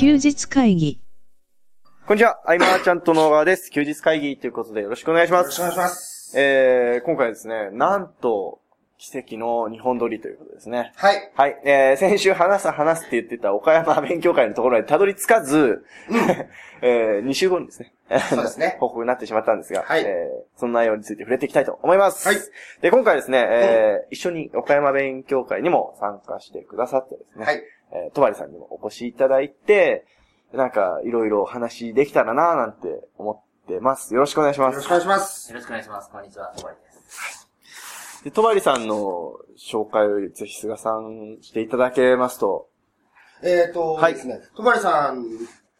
日会議。こんにちは、アイマーちゃんと野川です。休日会議ということでよろしくお願いしまよろしす。くお願いします。えー、今回はですね、なんと、奇跡の日本撮りということですね。はい。はい、えー、先週話す話すって言ってた岡山勉強会のところにたどり着かず、 えー、2週後にですね、うですね 報告になってしまったんですが、はいえー、その内容について触れていきたいと思います。はいで、今回ですね、えー一緒に岡山勉強会にも参加してくださってですね、はい。えー、とばりさんにもお越しいただいて、なんか、いろいろお話できたらなぁなんて思ってます。よろしくお願いしまよろしくおす。願いします。よろしくお願いします。こんにちは、小林です。で、とばりさんの紹介をぜひ菅さんしていただけますと。えっ、ー、と、はいですね、とばりさん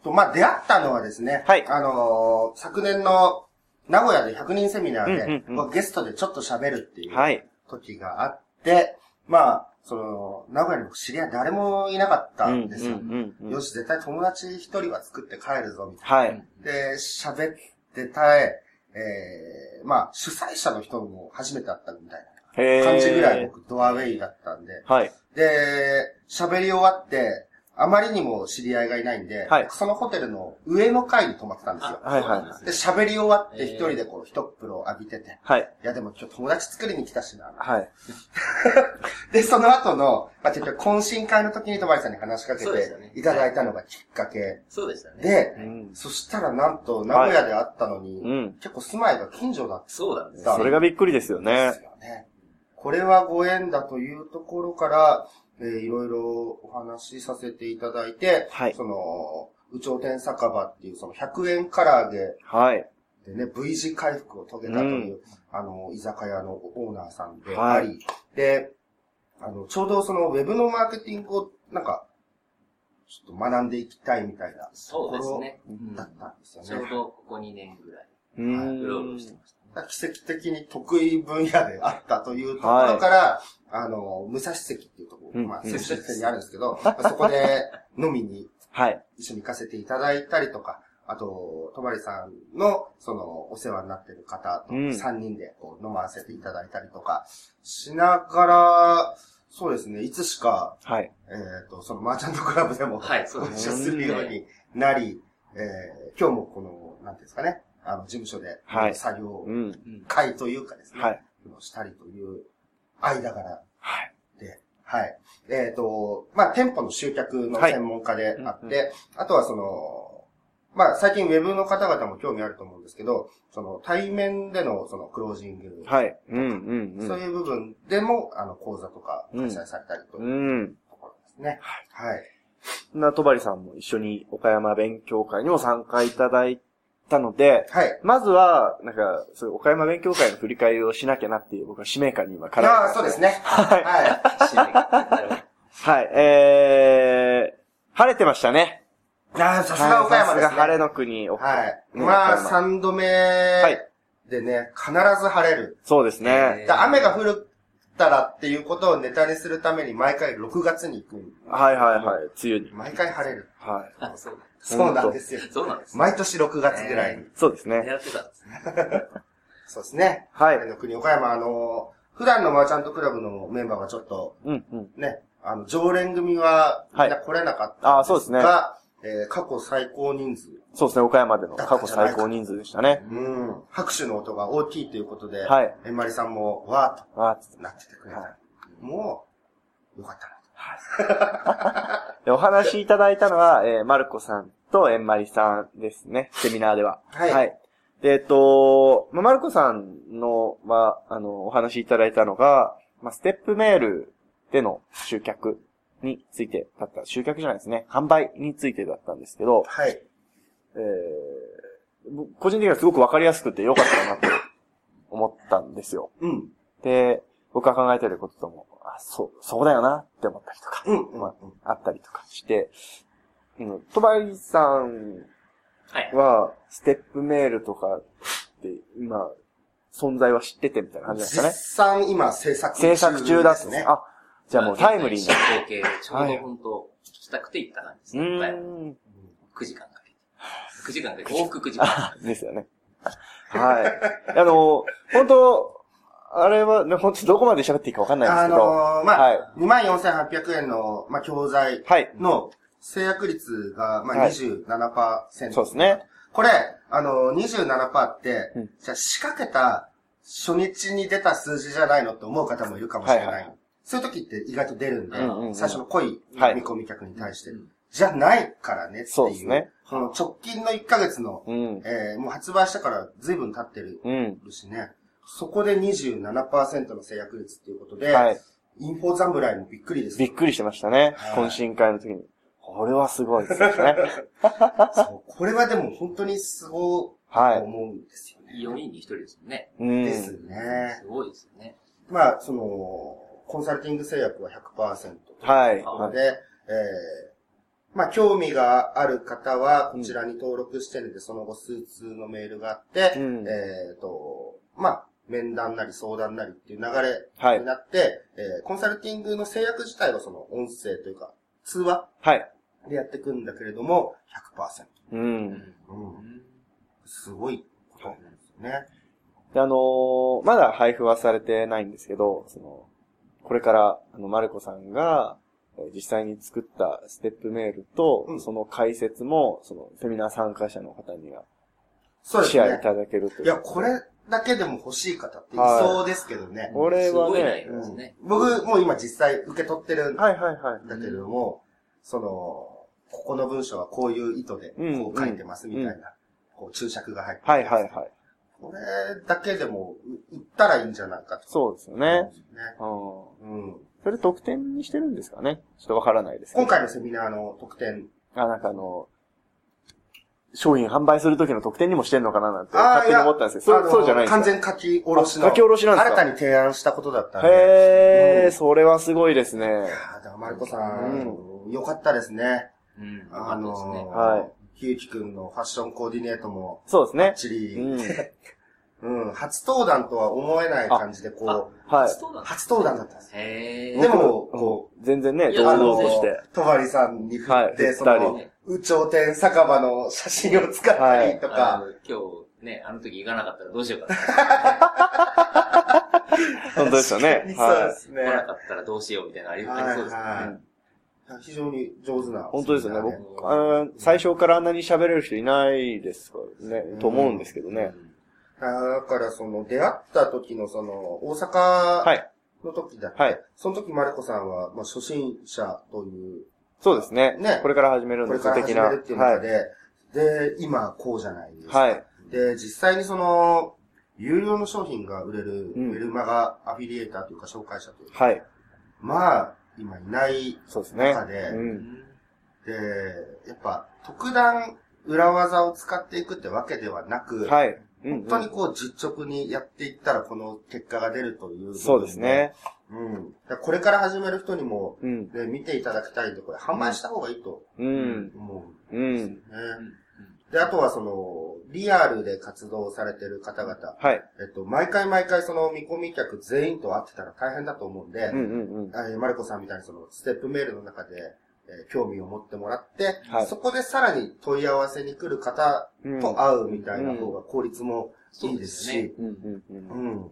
と、まあ、出会ったのはですね、はいあのー昨年の名古屋で100人セミナーで、うんうんうんまあゲストでちょっと喋るっていうはい。時があって、まあ、その、名古屋にも知り合い誰もいなかったんですよ。うんうんうんよし、絶対友達一人は作って帰るぞ、みたいな。はい。で、喋ってたえ、えー、まあ、主催者の人も初めて会ったみたいへなー感じぐらい僕、ドアウェイだったんで、はい。で、喋り終わって、あまりにも知り合いがいないんで、はいそのホテルの上の階に泊まってたんですよ。はいはいで、喋り終わって一人でこう、一風呂浴びてて、はい。いやでも今日友達作りに来たしな。はい。で、その後の、まあ、結局懇親会の時に戸張さんに話しかけそうですよてねいただいたのがきっかけそうでしたね。で、うんそしたらなんと名古屋で会ったのに、うん結構住まいが近所だっそうなんです。た。それがびっくりですよねです。よね。これはご縁だというところから、えーいろいろお話しさせていただいて、はいその、宇頂天酒場っていうその100円唐揚げはい。でね、V 字回復を遂げたという、あの、居酒屋のオーナーさんではあいり、で、あの、ちょうどそのウェブのマーケティングをなんか、ちょっと学んでいきたいみたいなそうですね。だったんですよちょうね。どここ2年ぐらい、ううろうろしてん。ましたね。だから奇跡的に得意分野であったというところから、あの、武蔵関っていうとこうろ、んまあ、うん接触店にあるんです けど、まあそこで飲みにはい。一緒に行かせていただいたりとか、あと、とばりさんの、その、お世話になってる方とうん3人でこう飲ませていただいたりとか、しながら、そうですね、いつしか、はい。えっ、と、そのマーチャントクラブでも、はいそうごで一す緒するようになり、えー今日もこの、なんていうんですかね、あの、事務所で、はい作業うん。うん会というかですね、はい。したりという間柄はい。で、はい。えっ、と、まあ、店舗の集客のはい専門家であうっんうて、あとはその、まあ、最近ウェブの方々も興味あると思うんですけど、その対面でのそのクロージング、はい。うんうんうん。そういう部分でも、あの、講座とか開催されたりといううん。ところですね。はい。そんなとばりさんも一緒に岡山勉強会にも参加いただいたので、はい。まずは、なんか、そういう岡山勉強会の振り返りをしなきゃなっていう、僕は使命感に今から。ああ、そうです。ね。は締めがなるほどはい、えー、晴れてましたね。い。ああ、さすが岡山はいでさすすね。が晴れの国。はい。ねまあ、岡山3度目いでね、必ず晴れる。そうですね。えだ雨が降ったらっていうことをネタにするために毎回6月に行く。はいはいはい、梅雨に。毎回晴れる。はい。あ そうそうなんですよ。そうなんです。毎年6月ぐらいに。そうですね。狙ってたんですね。そうですね。はいあの国岡山、あの、普段のマーチャントクラブのメンバーはちょっと、うんうん。ね、あの、常連組は、みんなは来れなかったんああそうですねが、えー過去最高人数。そうですね、岡山での過去最高人数でしたね。うん。拍手の音が大きいということで、はい。えまりさんも、わーっあとなっててくれた。はもう、よかったな。でお話しいただいたのは、えー、マルコさんとエンマリさんですね、セミナーでは。はいでえっと、まあ、マルコさんの、まあ、あの、お話しいただいたのが、まあ、ステップメールでの集客についてだった、集客じゃないですね、販売についてだったんですけど、はい。えー、僕個人的にはすごくわかりやすくて良かったなって思ったんですよ。うん。で、僕が考えてることとも、あ、そう、そうだよなって思ったりとか。うん。うん。まあったりとかして、うん、とばりさんはい。は、ステップメールとかって、今、存在は知っててみたいな感じなんですか絶ね。賛今制作中制作中だっでたすんですねね。。あ、じゃあもうタイムリーなな。。光景でちょうど本当、聞きたくて行った感じですうね。はいーん。 9時間かけて。9時間かけて、往復9時間。ですよね。はい。あの、本当あれは、ね、本当どこまで喋っていいかわかんないんですあけど。のーまあ、はい24,800円の、まあ、教材はい。の制約率が、まはあ、い27%。そうですね。これ、あの、27%って、うんじゃあ仕掛けた初日に出た数字じゃないのって思う方もいるかもしれない。はいはそういう時って意外と出るんで、うんうんうん最初の濃いはい見込み客に対して、うんじゃないからねっていう。そうですね。この直近の1ヶ月の、うん。えーもう発売してから随分経ってるうん。しね、そこで27%の制約率っていうことで、はい。インフォ侍もびっくりです。びっくりしてましたねは。い懇親会の時に。これはすごいですね。 そうこれはでも本当にすごいとは思うんですよね。 4人に1人ですもんね。い。うん。ですね。すごいですよね。まあ、その、コンサルティング制約は100%とはい。いうことはで、えーまあ、興味がある方は、こちらに登録してねで、その後、数通のメールがあって、うんえっ、と、まあ、面談なり相談なりっていう流はれいになって、えーコンサルティングの制約自体はその音声というか、通話い。はい。でやっていくんだけれども、100%。う。うんんうん。すごいことなんですよね。であのーまだ配布はされてないんですけど、その、これから、あの、マルコさんが、えー実際に作ったステップメールと、うんその解説も、その、セミナー参加者の方には、そうですシェアいね。ただけるという。いや、これだけでも欲しい方っていそうですけどね。これはすごい内ね、容ですね。僕、もう今実際受け取ってるんだはいはいはい。けれども、その、ここの文章はこういう意図で、うんこう書いてますみたいな、こう注釈が入ってはいはいはい。これだけでも、う売ったらいいんじゃないかと。そうですよね。ね。うん。そうん。れ特典にしてるんですかねちょっとわからないですけど今回のセミナーの特典。あ、なんかあの、商品販売する時の特典にもしてんのかななんて、あ勝あ手に思ったんですけど、いそやうそうじゃないんですか完全書き下ろしの。あ書き下ろしなんですか新たに提案したことだったんで。へえ、うんそれはすごいですね。ああ、だからマルコさん、よかったですね。うん。よかあったのですね。はー、ひゆきくんのファッションコーディネートも、そうですばねっ。ちり、うんうん、初登壇とは思えない感じで、こう、はい。初登壇初登壇だったんですよ。へーでも、こ全然ね、い堂やう、あ々のとしそて。、とばりさんに振はっいて、振っそたりの、有頂天酒場の写真を使ったりとあか、の今日ね、あの時行かなかったらどうしようかな。本当ですよね。そうではす来ね。なかったらどうしようみたいなのありありそうですよはいねはいはい非常に上手な。い。本当ですよね。そう僕、あの最初からあんなに喋れる人いないですからね、んと思うんですけどね。だから、その、出会った時の、その、大は阪い。の時だって、はいその時、マルコさんは、まあ、初心者というそうですね。ねこれから始めるんこでれすから始的めな。るっていう中はで、で、今、こうじゃないですか。い。はい。で、実際にその、有料の商品が売れる、うんメルマガアフィリエーターというか紹介者というか、はい。まあ、今いないそうですね中。で、うん。で、やっぱ、特段裏技を使っていくってわけではなく、はい。うんうん本当にこう実直にやっていったらこの結果が出るという。そうです。ね。うん。だからこれから始める人にも、うん。ね、見ていただきたいんで、これ販売した方がいいとうん。思う。うん。ね。で、あとはその、リアルで活動されてる方々、はい。えっと、毎回毎回その見込み客全員と会ってたら大変だと思うんで、うんうんうん。えーマルコさんみたいにそのステップメールの中で、えー興味を持ってもらって、はいそこでさらに問い合わせに来る方うんと会うみたいな方が効率もいいですし、うんうんうんう。ん。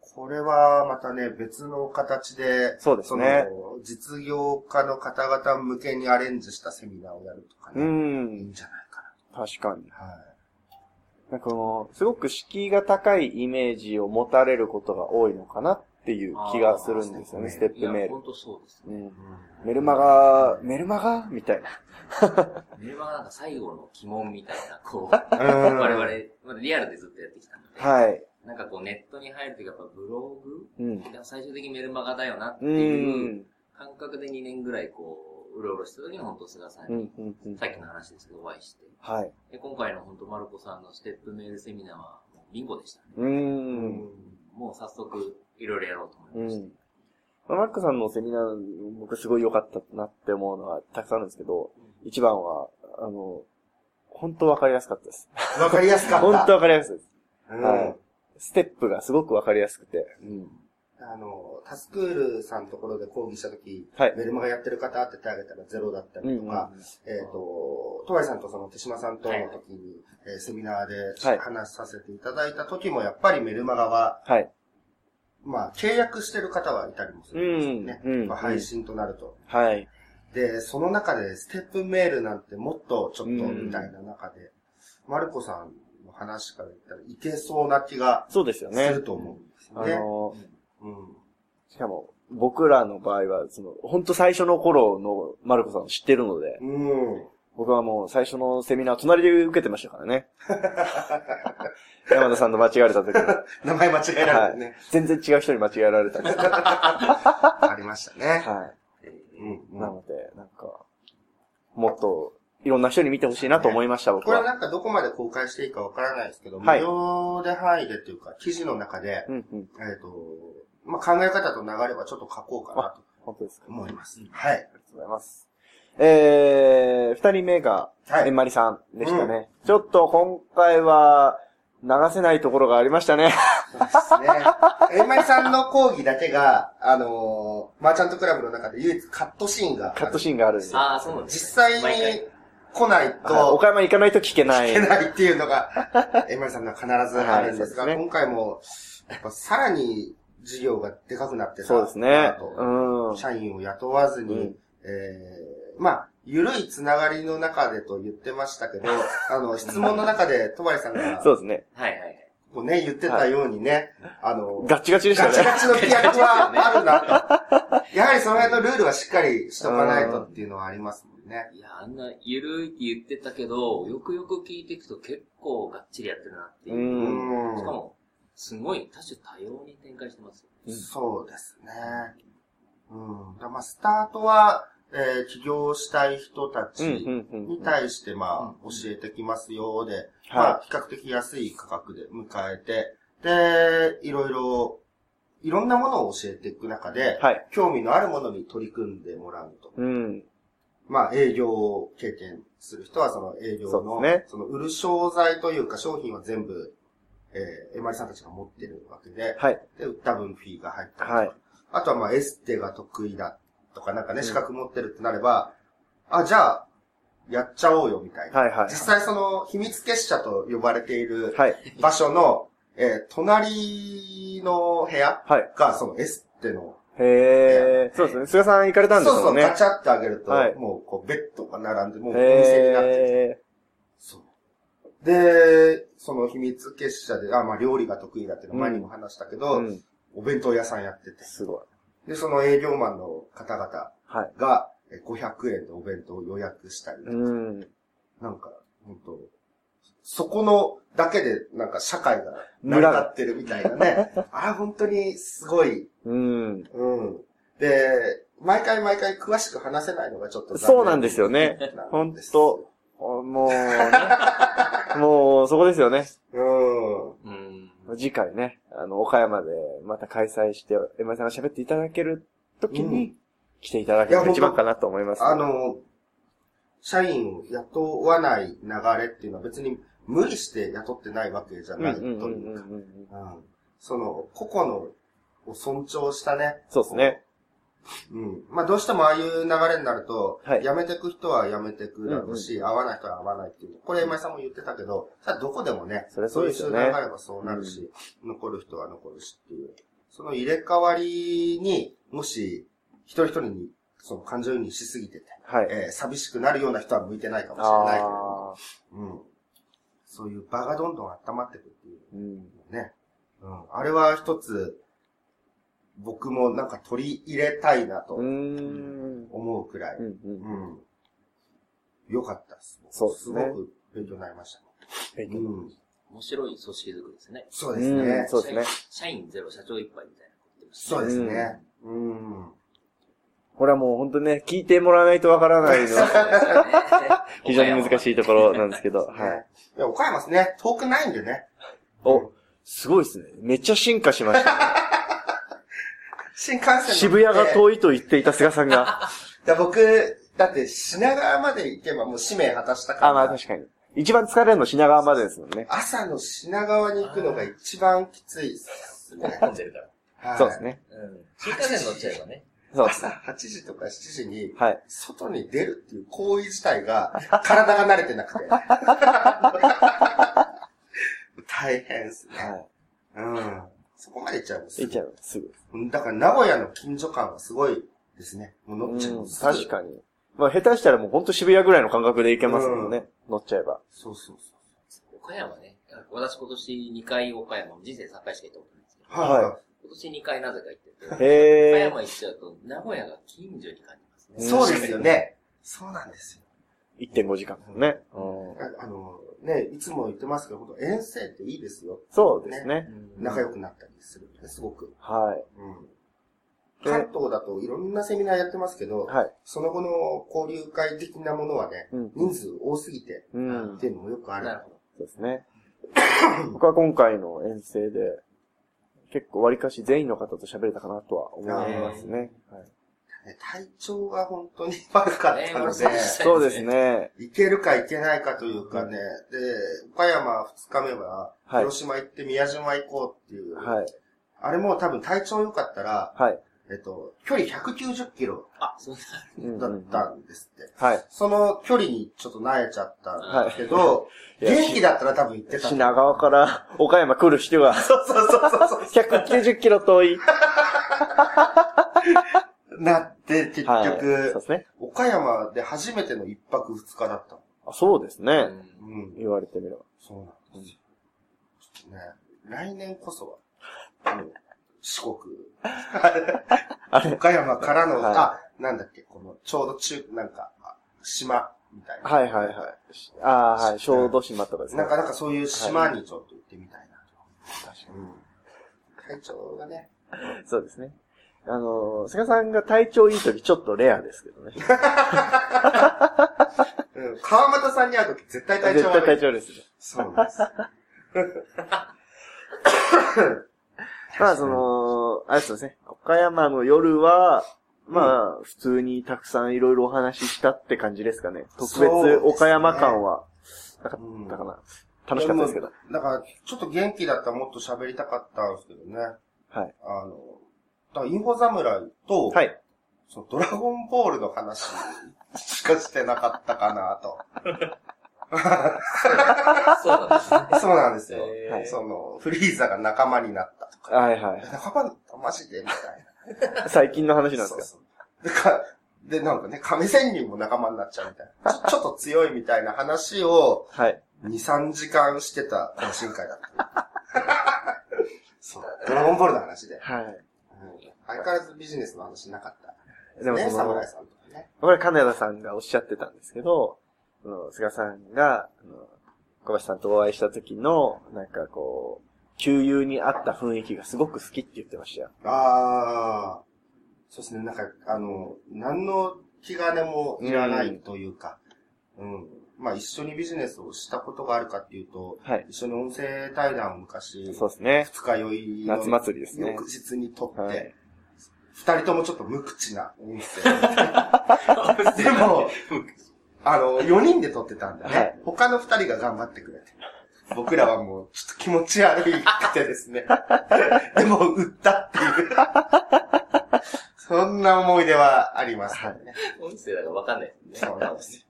これはまたね、別の形で、そうですねその実業家の方々向けにアレンジしたセミナーをやるとかうね、いいんん。じゃないか確かに。な。はい。なんかこの、すごく敷居が高いイメージを持たれることが多いのかなっていう気がするんですよね、あーステッいプやメー、ル。本当そうですうね。ん、うんメルマガ、メルマガみたいな。メルマガなんか最後の鬼門みたいな、こう、我我々、まだリアルでずっとやってきたので、はい。なんかこうネットに入るときやっぱブログうん。が最終的にメルマガだよなってう。いうん感覚で2年ぐらいこう、うろうろしたときに本当菅さんうんに、。うんうんさっきの話ですけどお会いして、はい。で今回の本当マルコさんのステップメールセミナーはもうビンゴでしたね。う。うんんもう早速いろいろやろうとう思いました。ん。まあマックさんのセミナー、僕すごい良かったなって思うのはたくさんあるんですけど、一番は、あの、本当わかりやすかったです。わかりやすか った。本当わかりやすいです。うんはいステップがすごくわかりやすくて。うん。あの、タスクールさんのところで講義したとき、はいメルマガやってる方って手挙げたらゼロだったうんりとか、えっ、と、とわりさんとその手島さんとの時に、えーセミナーで、はい話させていただいた時も、やっぱりメルマガは、はい。まあ、契約してる方はいたりもするんですよね。うんうんまあ配信となると。はい。えで、その中でステップメールなんてもっとちょっとうんみたいな中で、マルコさんの話から言ったらいけそうな気がそうですよすねる。と思うんですよあね。の、うん。しかも、僕らの場合は、その、ほんと最初の頃のマルコさんを知ってるので、うん。僕はもう最初のセミナー隣で受けてましたから ね。山田さんの間違えた時に。 名前間違えられてね。全然違う人に間違えられたりして。はありましたね。い。うんうんなので、なんか、もっと、いろんな人に見てほしいなと思いました、僕これはは。なんかどこまで公開していいかわからないですけど、無はい料で範囲でっていうか、記事の中で、うんうん。えっと、まあ、考え方と流れはちょっと書こうかなと本当ですか。あり思います。はい。がとうございます。えー、二人目が、はえんい。まりさんでしたね。ちょっと今回は、流せないところがありましたね。そうですね。えんまりさんの講義だけが、あのーマーチャントクラブの中で唯一カットシーンが。カットーン。シーンがあるんですよ。ああ、そうなんです実際毎に回来ないはいと岡、山行かないと聞けない。いけないっていう のが、えんまりさんのは必ずあるんですが、はいそうですね今回も、やっぱさらに授業がでかくなってたそうですねなと。うん。社員を雇わずに、うんええまあ、ゆるいつながりの中でと言ってました けど、あの、質問の中で、戸張さんが、そうですね。はいはいはい。こうね、言ってたようにね、あの、ガッチガチでしたガチね。ガチの規約はあるなと。やはりその辺のルールはしっかりしとかないとっていうのはありますもんね。いや、あんなゆるいって言ってたけど、よくよく聞いていくと結構がっちりやってるなってう。いう。うんん。しかも、すごい多種多様に展開してますよね。そうですね。うん。だからまあ、スタートは、えー起業したい人たちうん、うん、うん。に対して、まあ、うん教えてきますよ、で、まはあ、比較的安い価格で迎えて、で、いろいろ、いろんなものを教えていく中でい。、はい。興味のあるものに取り組んでもらうと。うん。まあ、営業を経験する人は、その営業その、うですねその売る商材というか商品は全部、えー、エマリさんたちが持ってるわけで、はい。で、売った分フィーが入ったりとかはい。あとはまあエステが得意だとかなんかね、資格持ってるってなれば、あ、じゃあ、やっちゃおうよみたいな。はい、はい。実際その秘密結社と呼ばれているはい。場所の、えー隣の部屋はい。がそのエステの、へえ。そうですね。菅さん行かれたんでそすうそもう、んね。ガチャってあげると、はいもうこうベッドが並んで、もうお店になってて。へえ。そう。で、その秘密結社で、あ、まあ料理が得意だっていうの前にも話したけど、うん。お弁当屋さんやってて。すごい。で、その営業マンの方々、はい。が、えー500円でお弁当を予約したり、うん。なんか、本当そこのだけで、なんか社会が成り立ってるみたい なね。あれ本当にすごい。うん。うん。で、毎回毎回詳しく話せないのがちょっとそうなんですよねなんです本もう ね。もう、そこですよね。うん。うん。次回ね、あの、岡山でまた開催して、エマさんが喋っていただけるときうに、来ていただけるのが一番かなと思います。あの、社員を雇わない流れっていうのは別に無理して雇ってないわけじゃうん、うないんとうんういんううか、んうん。うんその、個々のを尊重したね。そうですね。うん。まあどうしてもああいう流れになると、はい辞めてく人は辞めてくだろうし、合わない人は合わないっていう。これ、今井さんも言ってたけど、さあどこでもね、それそうですよねそういう流ればそうなるし、残る人は残るしっていう。その入れ替わりに、もし、一人一人に、その感情移入しすぎてて、はい。えー寂しくなるような人は向いてないかもしれないけれども、ああ。うん。そういう場がどんどん温まってくっていう。うん。ね。うん。あれは一つ、僕もなんか取り入れたいなとうーん。思うくらい。ううんうん。ん。良かったです。そうですねすごく勉強になりましたね。うん。面白い組織づくりですね。そうですねん。そうですね。社員ゼロ、社長いっぱいみたいなこと言ってましたそうですね。うん。これはもう本当にね、聞いてもらわないとわからない のは、 非常に難い。し いところなんですけど、はい。ねいや、岡山ですね。遠くないんでね。お、すごいですね。めっちゃ進化しま した。新幹線乗って渋谷がい遠いと言っていた菅さん が。や。僕、だって品川まで行けばもう使命果たしたから。あ、まあ確かに。一番疲れるの品川までですもんね。朝の品川に行くのが一番きついですね。混んでるから。はいそうです。ね。うん。新幹線乗っちゃえばね。そうです。朝8時とか7時に、はい。外に出るっていう行為自体が、体が慣れてなくて。 大変ですね。はうん。そこまで行っちゃうんですい。いっちゃう。すぐ。だから名古屋の近所感はすごいですね。もう乗っちゃううんんです。 確かに。まあ、下手したらもうほんと渋谷ぐらいの感覚で行けますもんね。乗っちゃえば。そうそうそ岡山ね。私今年2回岡山、人生3回しか行ったことないんですけど、う。はい。は今年2回なぜか行ってて、へえ。岡山行っちゃうと名古屋が近所に感じますね。そうですよね。そうなんですよ。 1.5時間ですね。うんああの、ね、いつも言ってますけど、本当遠征っていいですよ。そうですね。うん仲良くなったりするんですごく。はうん。で関東だといろんなセミナーやってますけど、い。はい。その後の交流会的なものはね、うん人数多すぎてうんっ。ていうのもよくある。なるほど。そうですね。 僕は今回の遠征で、結構割かし全員の方と喋れたかなとは思いますね。はいね体調が本当に悪かったので、ねそうですね。行けるか行けないかというかね、で、岡山2日目は、はい広島行って宮島行こうっていう、はい。あれも多分体調良かったら、はい。えっと、距離190キロあ、そううんだったんですって。はい。その距離にちょっと慣れちゃったはい。けど、いや元気だったら多分行ってた。そう品川から岡山来る人がそうそうそう。 190キロ遠い。なって、結はい。そうで局、すね。岡山で初めての一泊二日だったの。あそうですうね。んうん。言われてみれば。そうなんですよ。ちょっとね、来年こそは、あの四あ国、れ岡山からの、はいあ、なんだっけ、この、ちょうど中、なんか、あ島、みたいな。はいはいはい。ああ、はい。小豆島とかですね。なかなかそういう島にちょっと行ってみたいな確かにと。うん。会長がね、そうですね。あの、菅さんが体調いい時ちょっとレアですけどね。うん、川俣さんに会うとき絶対体絶調対悪い体。調ですね。そうなんです。 まあ、その、あれそうですね。岡山の夜は、まあ、普通にたくさんいろいろお話ししたって感じですかね。特別そうですね岡山感は、うんだから、楽しかったですけど。だから、ちょっと元気だったらもっと喋りたかったんですけどね。はい。あの、だからインフォ侍と、はい。そのドラゴンボールの話しかしてなかったかなと。 そうなんですね。そうなんですよ。へーその、フリーザが仲間になったとか。はいはい。仲間だったマジ でみたい最近の話なんな。ですそかうそう。でかで、なんかね、亀仙人も仲間になっちゃうみたいな。ちょちょっと強いみたいな話を、はい。 2、3時間してた懇親会だった。 そう。ドラゴンボールの話で。はい。相変わらずビジネスの話なかった。でもね、その侍、さんとかね。これ金田さんがおっしゃってたんですけど、その菅さんが、あの小林さんとお会いした時の、なんかこう、旧友に合った雰囲気がすごく好きって言ってましたよ。ああ、そうですね、なんか、あの、何の気兼ねもいらないというか、うん。まあ、一緒にビジネスをしたことがあるかっていうと、はい。一緒に音声対談を昔、そうですね。二日酔いの夏祭りですね翌日に撮っはてい、二、人ともちょっと無口な音声。でも、あの、4人で撮ってたんでね、はい他の2人が頑張ってくれて。僕らはもう、ちょっと気持ち悪いくてですね。でも、売ったっていう。そんな思い出はありますね。音声だからわかんないですね。そうなんですよ。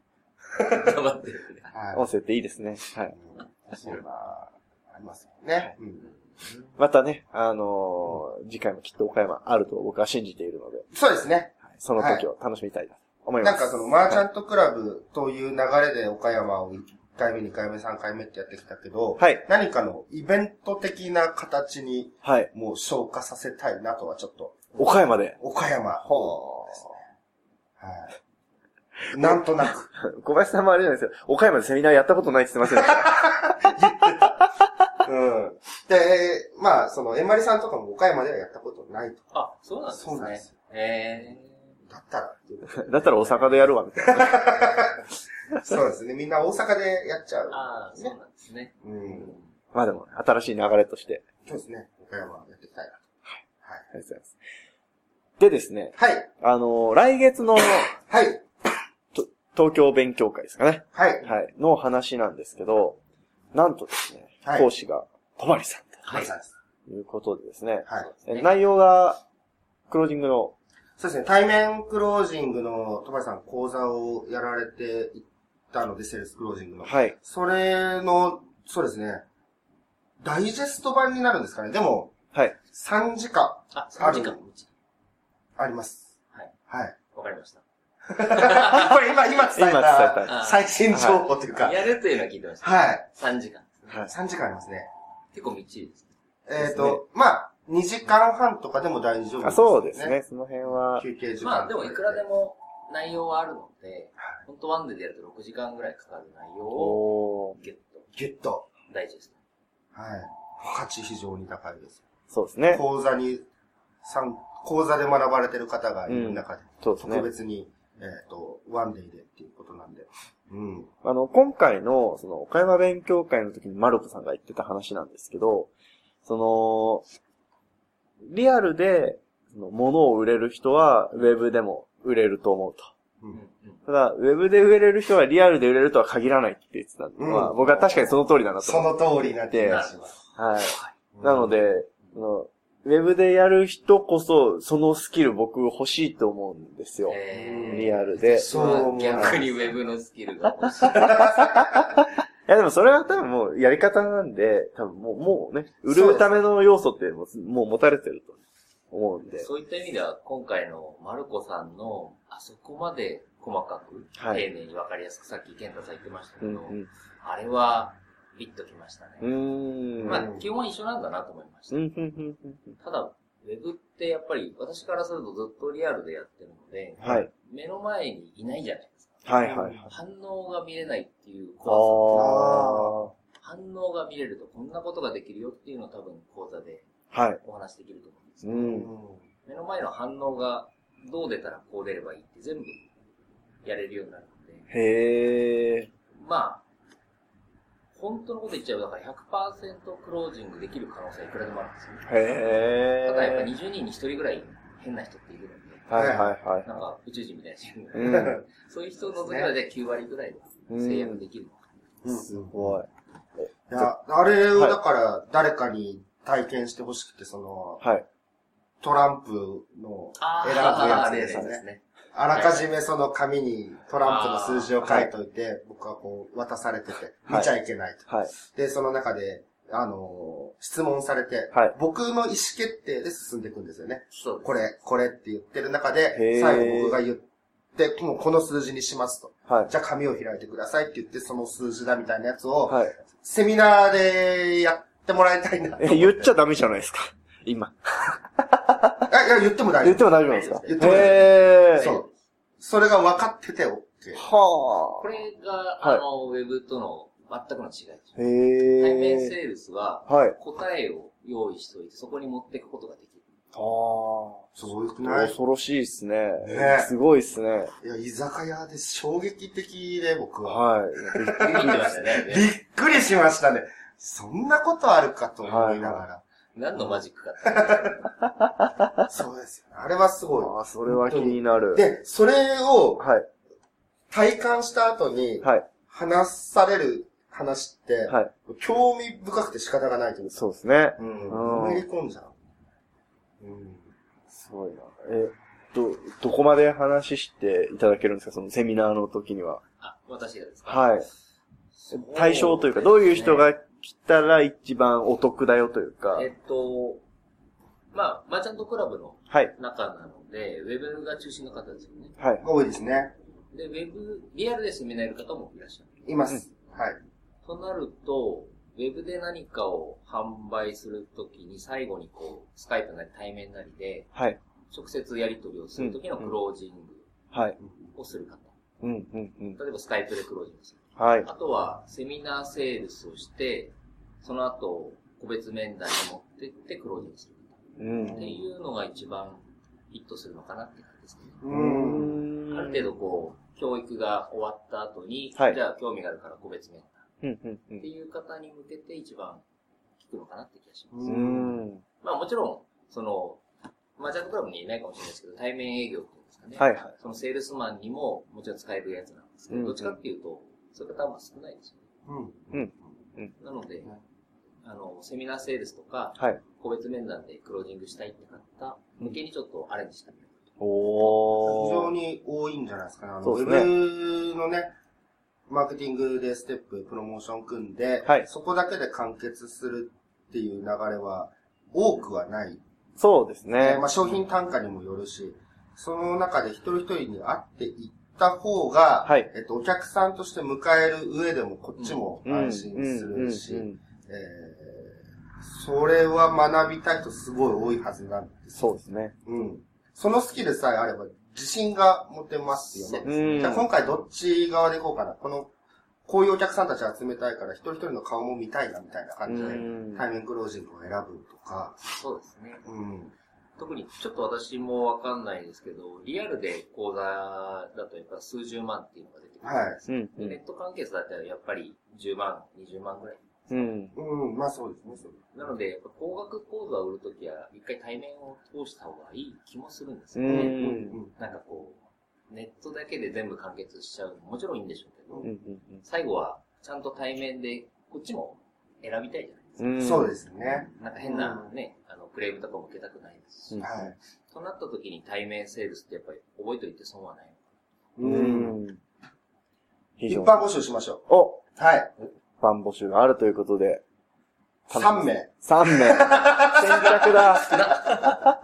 黙ってるね。は音声っていいですね。はい。い。そうな、ありますよね。うんまたね、あのー次回もきっと岡山あると僕は信じているので、そうですね。はいその時を楽しみたいと思います。なんかその、マーチャントクラブという流れで岡山を1回目、2回目、3回目ってやってきたけど、はい。何かのイベント的な形にはい。もう昇華させたいなとはちょっと、岡山で。岡山。はい。 なんとなく。小林さんもあれじゃないですか。岡山でセミナーやったことないって言ってませんでした。うん。で、まあ、その、エマリさんとかも岡山ではやったことないと。あ、そうなんですね。そうなんですへだったらっていうこと で、だったら大阪でやるわ、みたいな。そうですね。みんな大阪でやっちゃうー。。ああ、そうなんですね。うん。まあでも、新しい流れとして。そうですね。岡山やっていきたいなと。はありがとうございます。でですね、い。はい。あのー来月のはい。と東京勉強会ですかね。はい。はい。の話なんですけど、なんとですね、はい講師が小針さんはい。はということでですね、い。えね内容が、クロージングの、そうですね。対面クロージングの、戸橋さん講座をやられていったので、セールスクロージングの。はい。それの、そうですね。ダイジェスト版になるんですかね。でも、はい。 3時間あ、3時間。あります。はい。はい。わかりました。 これ今、今伝今伝ええた、たあ最新情報というか、やるというのは聞いてました。はい。 3時間。はい3時間ありますね。結構みっちりですね。えっですねと、まあ、2時間半とかでも大丈夫あそうです。ね。その辺は、休憩時間。まあでもいくらで。も内容はあるので、本当ワンデでやると6時間ぐらいかかる内容をおーゲット、ギュッと。ダイジェスト。はい。価値非常に高いです。そうですね。講座に、参講座で学ばれてる方がいる中で、そうですね特。別に、えっと、ワンデイでっていうことなんで。うん。あの、今回の、その、岡山勉強会の時にマルコさんが言ってた話なんですけど、その、リアルで、その、物を売れる人は、ウェブでも売れると思うと。ううんん。うん。ただ、ウェブで売れる人はリアルで売れるとは限らないって言ってたんで、うんまあ、僕は確かにその通りだなとそ思う。の通りなんでええなるほど。はい。うんなので、そのウェブでやる人こそ、そのスキル僕欲しいと思うんですよ。えーリアルで。いそう逆にウェブのスキルが 欲しい。やでもそれは多分もうやり方なんで、多分もう、もうね、売るための要素ってもうもう持たれてると思うんで。そういった意味では、今回のマルコさんの、あそこまで細かく、はい丁寧にわかりやすく、さっき健太さん言ってましたけうど、んうん。あれは、ビッときましたうね。ーん。まあ、基本は一緒なんだなと思いましうた。んうんうんうんうんただ、ウェブってやっぱり、私からするとずっとリアルでやってるので、はい目の前にいないじゃないですか。はいはいはい。反応が見れないっていうあ怖さ。あ。反応が見れると、こんなことができるよっていうのを多分講座ではい。お話できると思うんですう。ようんん目の前の反応がどう出たらこう出ればいいって全部やれるようになるので、へえ。まあ、本当のこと言っちゃえば、だから100%クロージングできる可能性はいくらでもあるんですよね。へえ。ただやっぱ20人に1人ぐらい変な人っているので、はいはいはい。なんか宇宙人みたいな人いるので、うん。そういう人の除けばで9割ぐらいは制約できるのかうんすごい。いや、あれをはいだから、誰かに体験してほしくて、その、はい。トランプのな。選ぶやあつーです例ね。ね。あらかじめその紙にトランプの数字を書いといて、僕はこう渡されてて、はい見ちゃいけないと。はい。で、その中で、あのー質問されて、はい僕の意思決定で進んでいくんですよね。そうです。これ、これって言ってる中へでー、最後僕が言って、もうこの数字にしますと。はい。じゃあ紙を開いてくださいって言って、その数字だみたいなやつを、はい。セミナーでやってもらいたいなと思って。え、言っちゃダメじゃないですか。今。あいや、言っても大丈言っ夫。ても大丈夫なんですか言っても大丈夫へそー。う。それが分かってて OK。はこれが、はいあの、ウェブとの全くの違いです。あ。へえ。対面セールスは、はい。答えを用意しておいて、そこに持っていくことができる。はすごくあない恐ろしいですねね。すごいですね。いや、居酒屋で衝撃的で、僕は。はい。びっくできりてでますしたびっね。くりしましたね。そんなことあるかと思いなが 何のマジックかって。ら。そうですよね。あれはす ごああ、それは気になるい。。で、それをはい。体感した後に、はい。話される話って、はい。興味深くて仕方がないというかそうですね。うん。うんのめり込んじゃう。うん。すごいな。え、ど、どこまで話していただけるんですかそのセミナーの時には。あ、私がですかはい。そうですね対象というか、どういう人が来たら一番お得だよというか。えっと、まあ、マーチャントクラブのはい。中なので、ウェブが中心の方ですよね。はい。多いですね。で、ウェブ、リアルでセミナーやる方もいらっしゃる。います。はい。となると、ウェブで何かを販売するときに最後にこう、スカイプなり対面なりで、はい。直接やり取りをするときのクロージンはい。グをする方。うん、うん、うん。例えばスカイプでクロージングする。はい。あとは、セミナーセールスをして、その後、個別面談に持ってってクロージングする。うん。っていうのが一番ヒットするのかなって感じですね。ううん。ある程度こう、教育が終わった後に、はいじゃあ興味があるから個別面談うん、うん、うっん。ていう方に向けて一番効くのかなって気がします。ううんん。まあもちろん、その、マージャンクラブにいないかもしれないですけど、対面営業っていうんですかね。はいはいそのセールスマンにももちろん使えるやつなんですけど、うんどっちかっていうと、そういう方は少ないですよね。うんなのではい、あの、セミナーセールスとか、はい。個別面談でクロージングしたいって方向けにちょっとアレンジしたみるお非ー。常に多いんじゃないですかね。あの、そうウですねェブのね、マーケティングでステップ、プロモーション組んで、はいそこだけで完結するっていう流れは多くはない。そうですねまあ、。商品単価にもよるし、その中で一人一人に会っていった方が、はいえっと、お客さんとして迎える上でも、こっちも安心するし、うんうんうんえーそれは学びたい人すごい多いはずなんです。そうですね。うん。そのスキルさえあれば、自信が持てますよね。うんじゃあ今回どっち側でいこうかな。この、こういうお客さんたち集めたいから、一人一人の顔も見たいな、みたいな感じでうん、対面クロージングを選ぶとか、そうですね。うん。特にちょっと私もわかんないですけど、リアルで講座だとやっぱ数十万っていうのが出てくるんですうんでネット関係者だったらやっぱり10万、20万ぐらい。うん。うん、まあそうですね、そうなので、やっぱ高額講座を売るときは、一回対面を通した方がいい気もするんですようね。んなんかこう、ネットだけで全部完結しちゃうのももちろんいいんでしょうけど、うん。最後はちゃんと対面で、こっちも選びたいじゃないですうか。ん。うんそうですね。なんか変なね、あの、クレームとかも受けたくないですし、うんはい。となった時に対面セールスってやっぱり覚えておいて損はない。うん。うん。非一常に。般募集しましょおう。はい。番募集があるということで。 3名。 3名。 先着だ。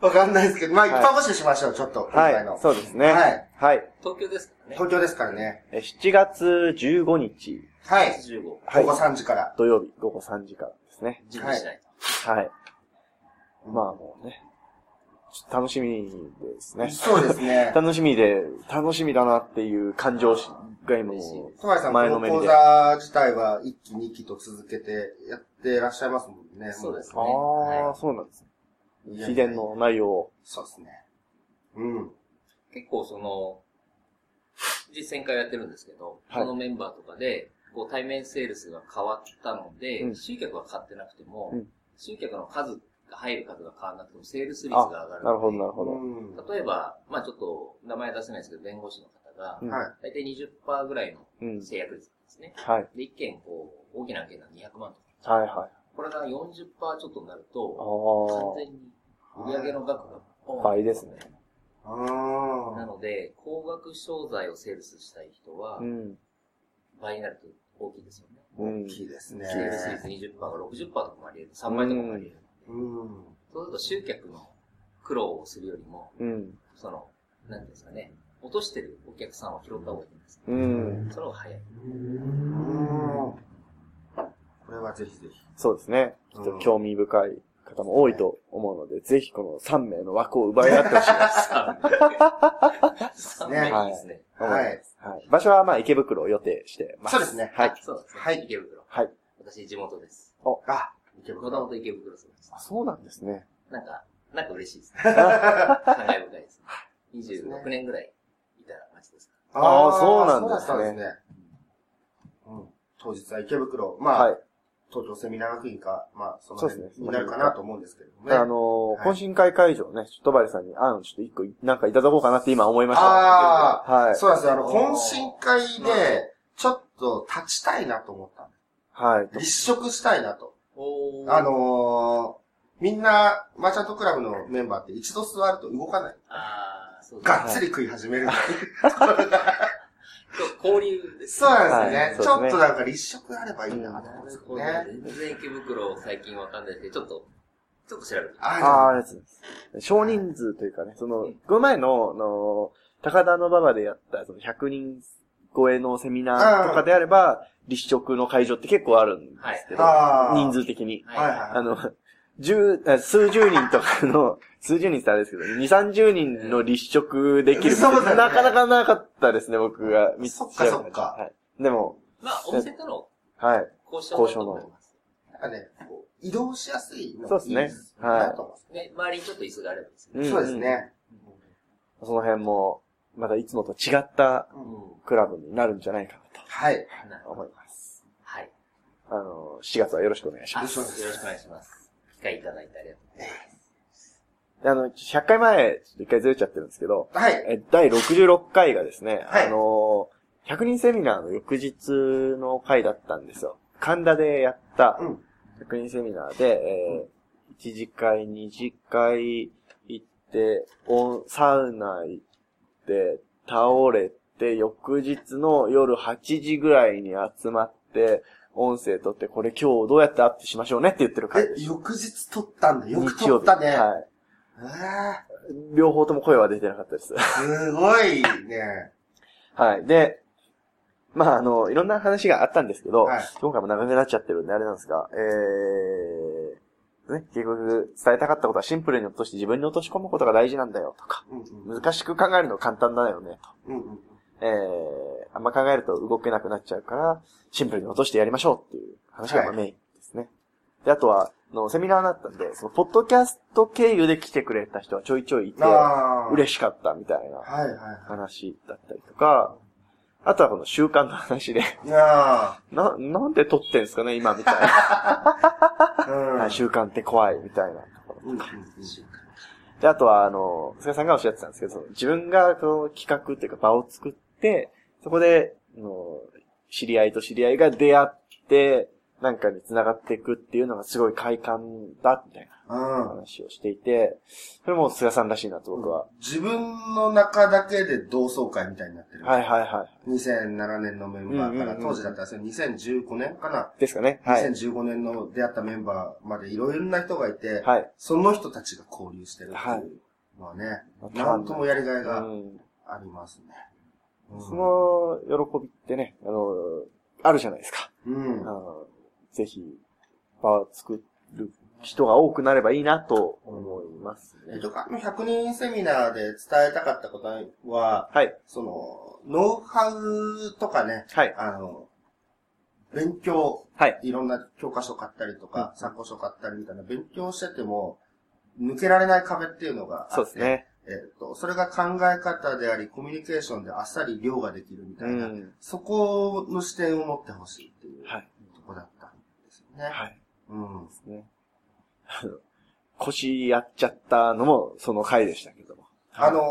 わかんないですけど、まあい一般募集しましょう、ちょっと。今回はのい。。そうですね。はい。はい。東京ですからね。東京ですからね。え7月15日、はい。 15、はい午後3時から。土曜日午後3時からですね。準備しないと。はい。まあもうね、ちょっと楽しみですね。そうです ね。楽しみで、楽しみだなっていう感情が今もトマリさん、こ前ののめりで講座自体は1期、2期と続けてやってらっしゃいますもんね。そうですう。ね。ああ、はいそうなんですいやね。秘伝の内容を。そうですね。うん。結構その、実践会をやってるんですけど、はいこのメンバーとかで、こう対面セールスが変わったので、うん集客は買ってなくても、うん集客の数が入る数が変わらなくても、セールス率があ上がる、なるほど、なるうほど。んは例えば、まあちょっと名前出せないですけど、弁護士の方がう、んい。大体20%ぐらいのうん。制約率なんですね。はい。で、1件、こう、大きな案件が200万とか。はいはい。これが40%ちょっとになるあと、完あ全に売上の額がボン、倍ですね。なあので、高額商材をセールスしたい人はう、ん。倍になると大きいですよね。うんー。。いいですね。セールス率20%が60%とかもあり得る。3倍とかもあり得る。うん。そうすると集客の苦労をするよりも、うん。その、なんていうんですかね、落としてるお客さんを拾った方がいいんです。うん。その方 が早い。うん。これはぜひぜひ。そうですね。きっと興味深い方も多いと思うので、ぜひこの3名の枠を奪い合ってほしいなと思いま3倍いいですね。す はいはい。場所はまあ池袋を予定してます。そうですねはい。そうなんですね。はい池袋。はい。私、地元です。あ、池袋。子供と池袋住んでますあ、。そうなんですね。なんか、なんか嬉し いですね。感慨深いですね。26年ぐらいいた街ですかあーそうなんですねそうだったんですね。うん。当日は池袋、まあ、はい。東京セミナー学院か、まあ、そのそうで辺すねになるかなと思うんですけどもね。あのはー、い懇親会会場ね、ちょっとばりさんに案、ちょっと一個い、なんかいただこうかなって今思いました。あーはい。そうなんですよ。あの、あー懇親会なるで、ちょっと立ちたいなと思ったんではい。す。立食したいなと。おあ、のー、みんな、マーチャントクラブのメンバーって一度座ると動かない。あーそうですがっつり食い始める。交流です。そうなんですよね、はいちょっとなんか立食あればいいななと思うんでするよほどね。。全然池袋最近わかんないですけど、ちょっと、ちょっと調べてみまあす。あ、あありがとうございます。少人数というかね、その、この前の、あのー、高田の馬場でやった、その100人超えのセミナーとかであれば、立食の会場って結構あるんですけど、はいあー人数的に。あはいはいあの、十、あ数十人とかの、 数十人ってあれですけど、二、三十人の立食できる。そうだねなかなかなかったですね、僕が見そっかそっかはい。でも、まあ、お店とのはい。交渉だと思います。なんかね、こう移動しやすいのそうがでいすいねなと思ね、周りにちょっと椅子があればいいですね。うんんそうです。ね。うんその辺も、またいつもと違ったうん。クラブになるんじゃないかはい。なるとほど。思います。はい。あの、4月はよろしくお願いしあ、まよろす。しくお願いします。機会いただいてありがとうございあの、100回前、ちょっと一回ずれちゃってるんですけど、はい。え第66回がですね、はいあの、100人セミナーの翌日の回だったんですよ。神田でやったうん。 100人セミナーで、えー、1次会、2次会行って、おサウナ行って、倒れて、翌日の夜8時ぐらいに集まって、音声撮って、これ今日どうやってアップしましょうねって言ってる回えで、す。翌日撮ったんだ。よく日曜撮日ったね。はい。うわ両方とも声は出てなかったです。ーすごいね。はい。で、まあ、あの、いろんな話があったんですけど、はい今回も長くなっちゃってるんであれなんですが、えー、ね、結局伝えたかったことはシンプルに落として自分に落とし込むことが大事なんだよとか、うんうん難しく考えるのは簡単だよねと。うんうんえー、あんま考えると動けなくなっちゃうから、シンプルに落としてやりましょうっていう話がまあはいメインですね。で、あとは、あのセミナーだったんで、その、ポッドキャスト経由で来てくれた人はちょいちょいいて、ああ。嬉しかったみたいなはいはいは話だったりとか、あとはこの習慣の話で、 い。なな、なんで撮ってんすかね、今みたいな。あ。うん。習慣って怖いみたいな。うんうんうんで、あとは、あの、菅さんがおっしゃってたんですけど、その自分がこの企画っていうか場を作って、そこで、あの知り合いと知り合いが出会って、なんかに繋がっていくっていうのがすごい快感だ、みたいなうん。話をしていて、それも菅さんらしいなと僕は。自分の中だけで同窓会みたいになってる。はいはいは2007年のメンバーから、うんうんうん当時だったらそれ2015年かな、い。ですかね。はい。 2015年の出会ったメンバーまでいろいろな人がいて、はい。その人たちが交流してるっていうのはね、なんともやりがいがうん。ありますね。うんそ、の、喜びってね、あの、あるじゃないですか。うん。あのぜひ、場を作る人が多くなればいいなと思いますえっね。と、あの100人セミナーで伝えたかったことは、はい。その、ノウハウとかね、はい。あの、勉強、はい。いろんな教科書買ったりとうかん、参考書買ったりみたいな勉強してても、抜けられない壁っていうのがあってそうです。ね。えっと、それが考え方であり、コミュニケーションであっさり量ができるみたういな、ん。そこの視点を持ってほしいっていうはい。とこだったんですよね。はい。うんで。すね。あの腰やっちゃったのもその回でしたけども。あのー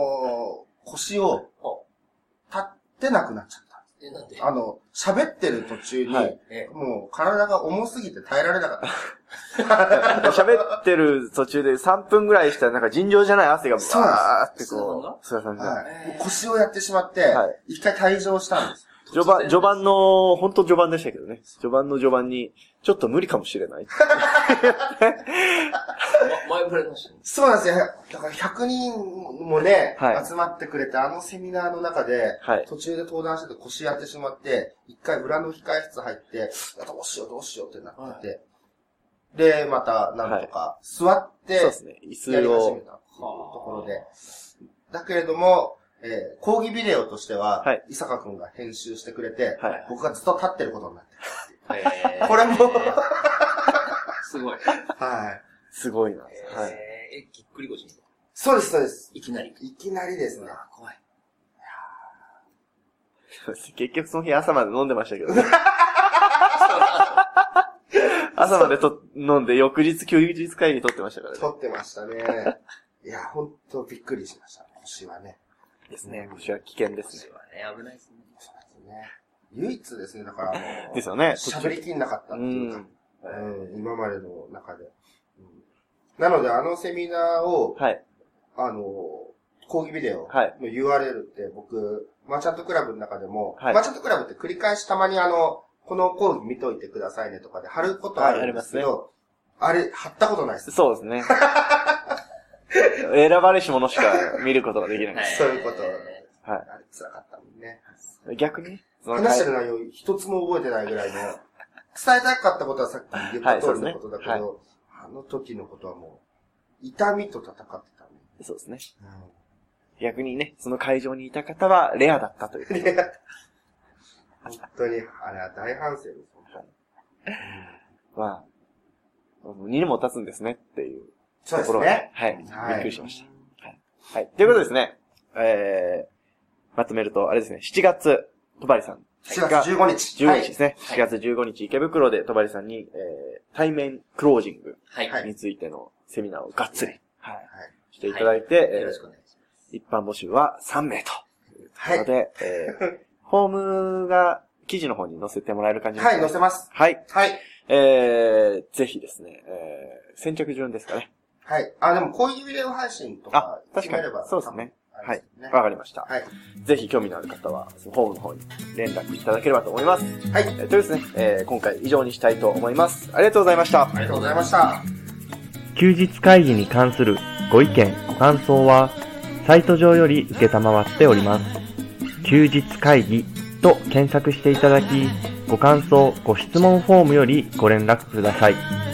腰を立ってなくなっちゃった。え、なんであの、喋ってる途中に、はいえ、もう体が重すぎて耐えられなかっ喋ってる途中で3分ぐらいしたらなんか尋常じゃない汗がバそうなーってこう、菅さんた。が。はい。もう腰をやってしまっては、一回退場したんです。序盤、序盤の、本当序盤でしたけどね。序盤の序盤に、ちょっと無理かもしれない。ま前触れましたね。そうなんですよ。だから100人もね、はい集まってくれて、あのセミナーの中で、はい途中で登壇してて腰やってしまって、一回裏の控室入って、あどうしようどうしようってなってて、で、また、なんとか、座って、そうですね。椅やり子始を。めたっていうところで。だけれども、えー講義ビデオとしては、はい伊坂くんが編集してくれて、はい僕がずっと立ってることになってえーこれも すごい。る。はい。すごいな。はえーい。 え、ぎっくり腰に。そうです、そうです。いきなり。いきなりですね。あー怖い。結局その日朝まで飲んでましたけど ね。朝までと飲んで、翌日、休日会議取ってましたからね。撮ってましたね。 いや、ほんとびっくりしました。腰はね。ですね。腰は危険です腰ね。はね、危ないですね。そうですね。唯一ですね、だからあのですよね。喋りきんなかったうっていうかん。、うん今までの中で。うんなので、あのセミナーを、はい。あの、講義ビデオはいの URL って僕、マーチャントクラブの中でも、はいマーチャントクラブって繰り返したまにあの、この講義見といてくださいねとかで貼ることはあいあるりんまですすねけど、あれ貼ったことないです。そうです ね。選ばれし者しか見ることができないではす。そういうことえはあれ辛かったもんね。い。逆にその話してる内容一つも覚えてないぐらいの、伝えたかったことはさっき言った通りのことだけど、はいそあの時のことはもう、痛みと戦ってたね。そうですね。う逆にね、その会場にいた方はレアだったという。 ん、いや本当に、あれは大反省です。本当にまあ、2年も経つんですねっていうそとうでこすろが、ね。はい。びはいっくりしました。はい。ということですね。えー、まとめると、あれですね、7月、とばりさん、 4月15日。 15日ですね。ね。はい7月15日、池袋でとばりさんに、えー、対面クロージングはい。はいはについてのセミナーをがっつり、はい。はいしていただいて、い。えよろーしくお願いし一般募集は3名と。はのい。で、えー、ホームが記事の方に載せてもらえる感じですはかい、ね載せます。はい。はい。えー、ぜひですね、えー、先着順ですかね。はい。あ、でもこういうビデオ配信とかあ確かに決めればそうですね。多分あはれいですよ。ねわかりました。はい。ぜひ興味のある方は、そのホームの方に連絡いただければと思います。はい。えーということですね、えー今回以上にしたいと思います。ありがとうございました。ありがとうございました。休日会議に関するご意見、ご感想は、サイト上より受けたまわっております。休日会議と検索していただき、ご感想、ご質問フォームよりご連絡ください。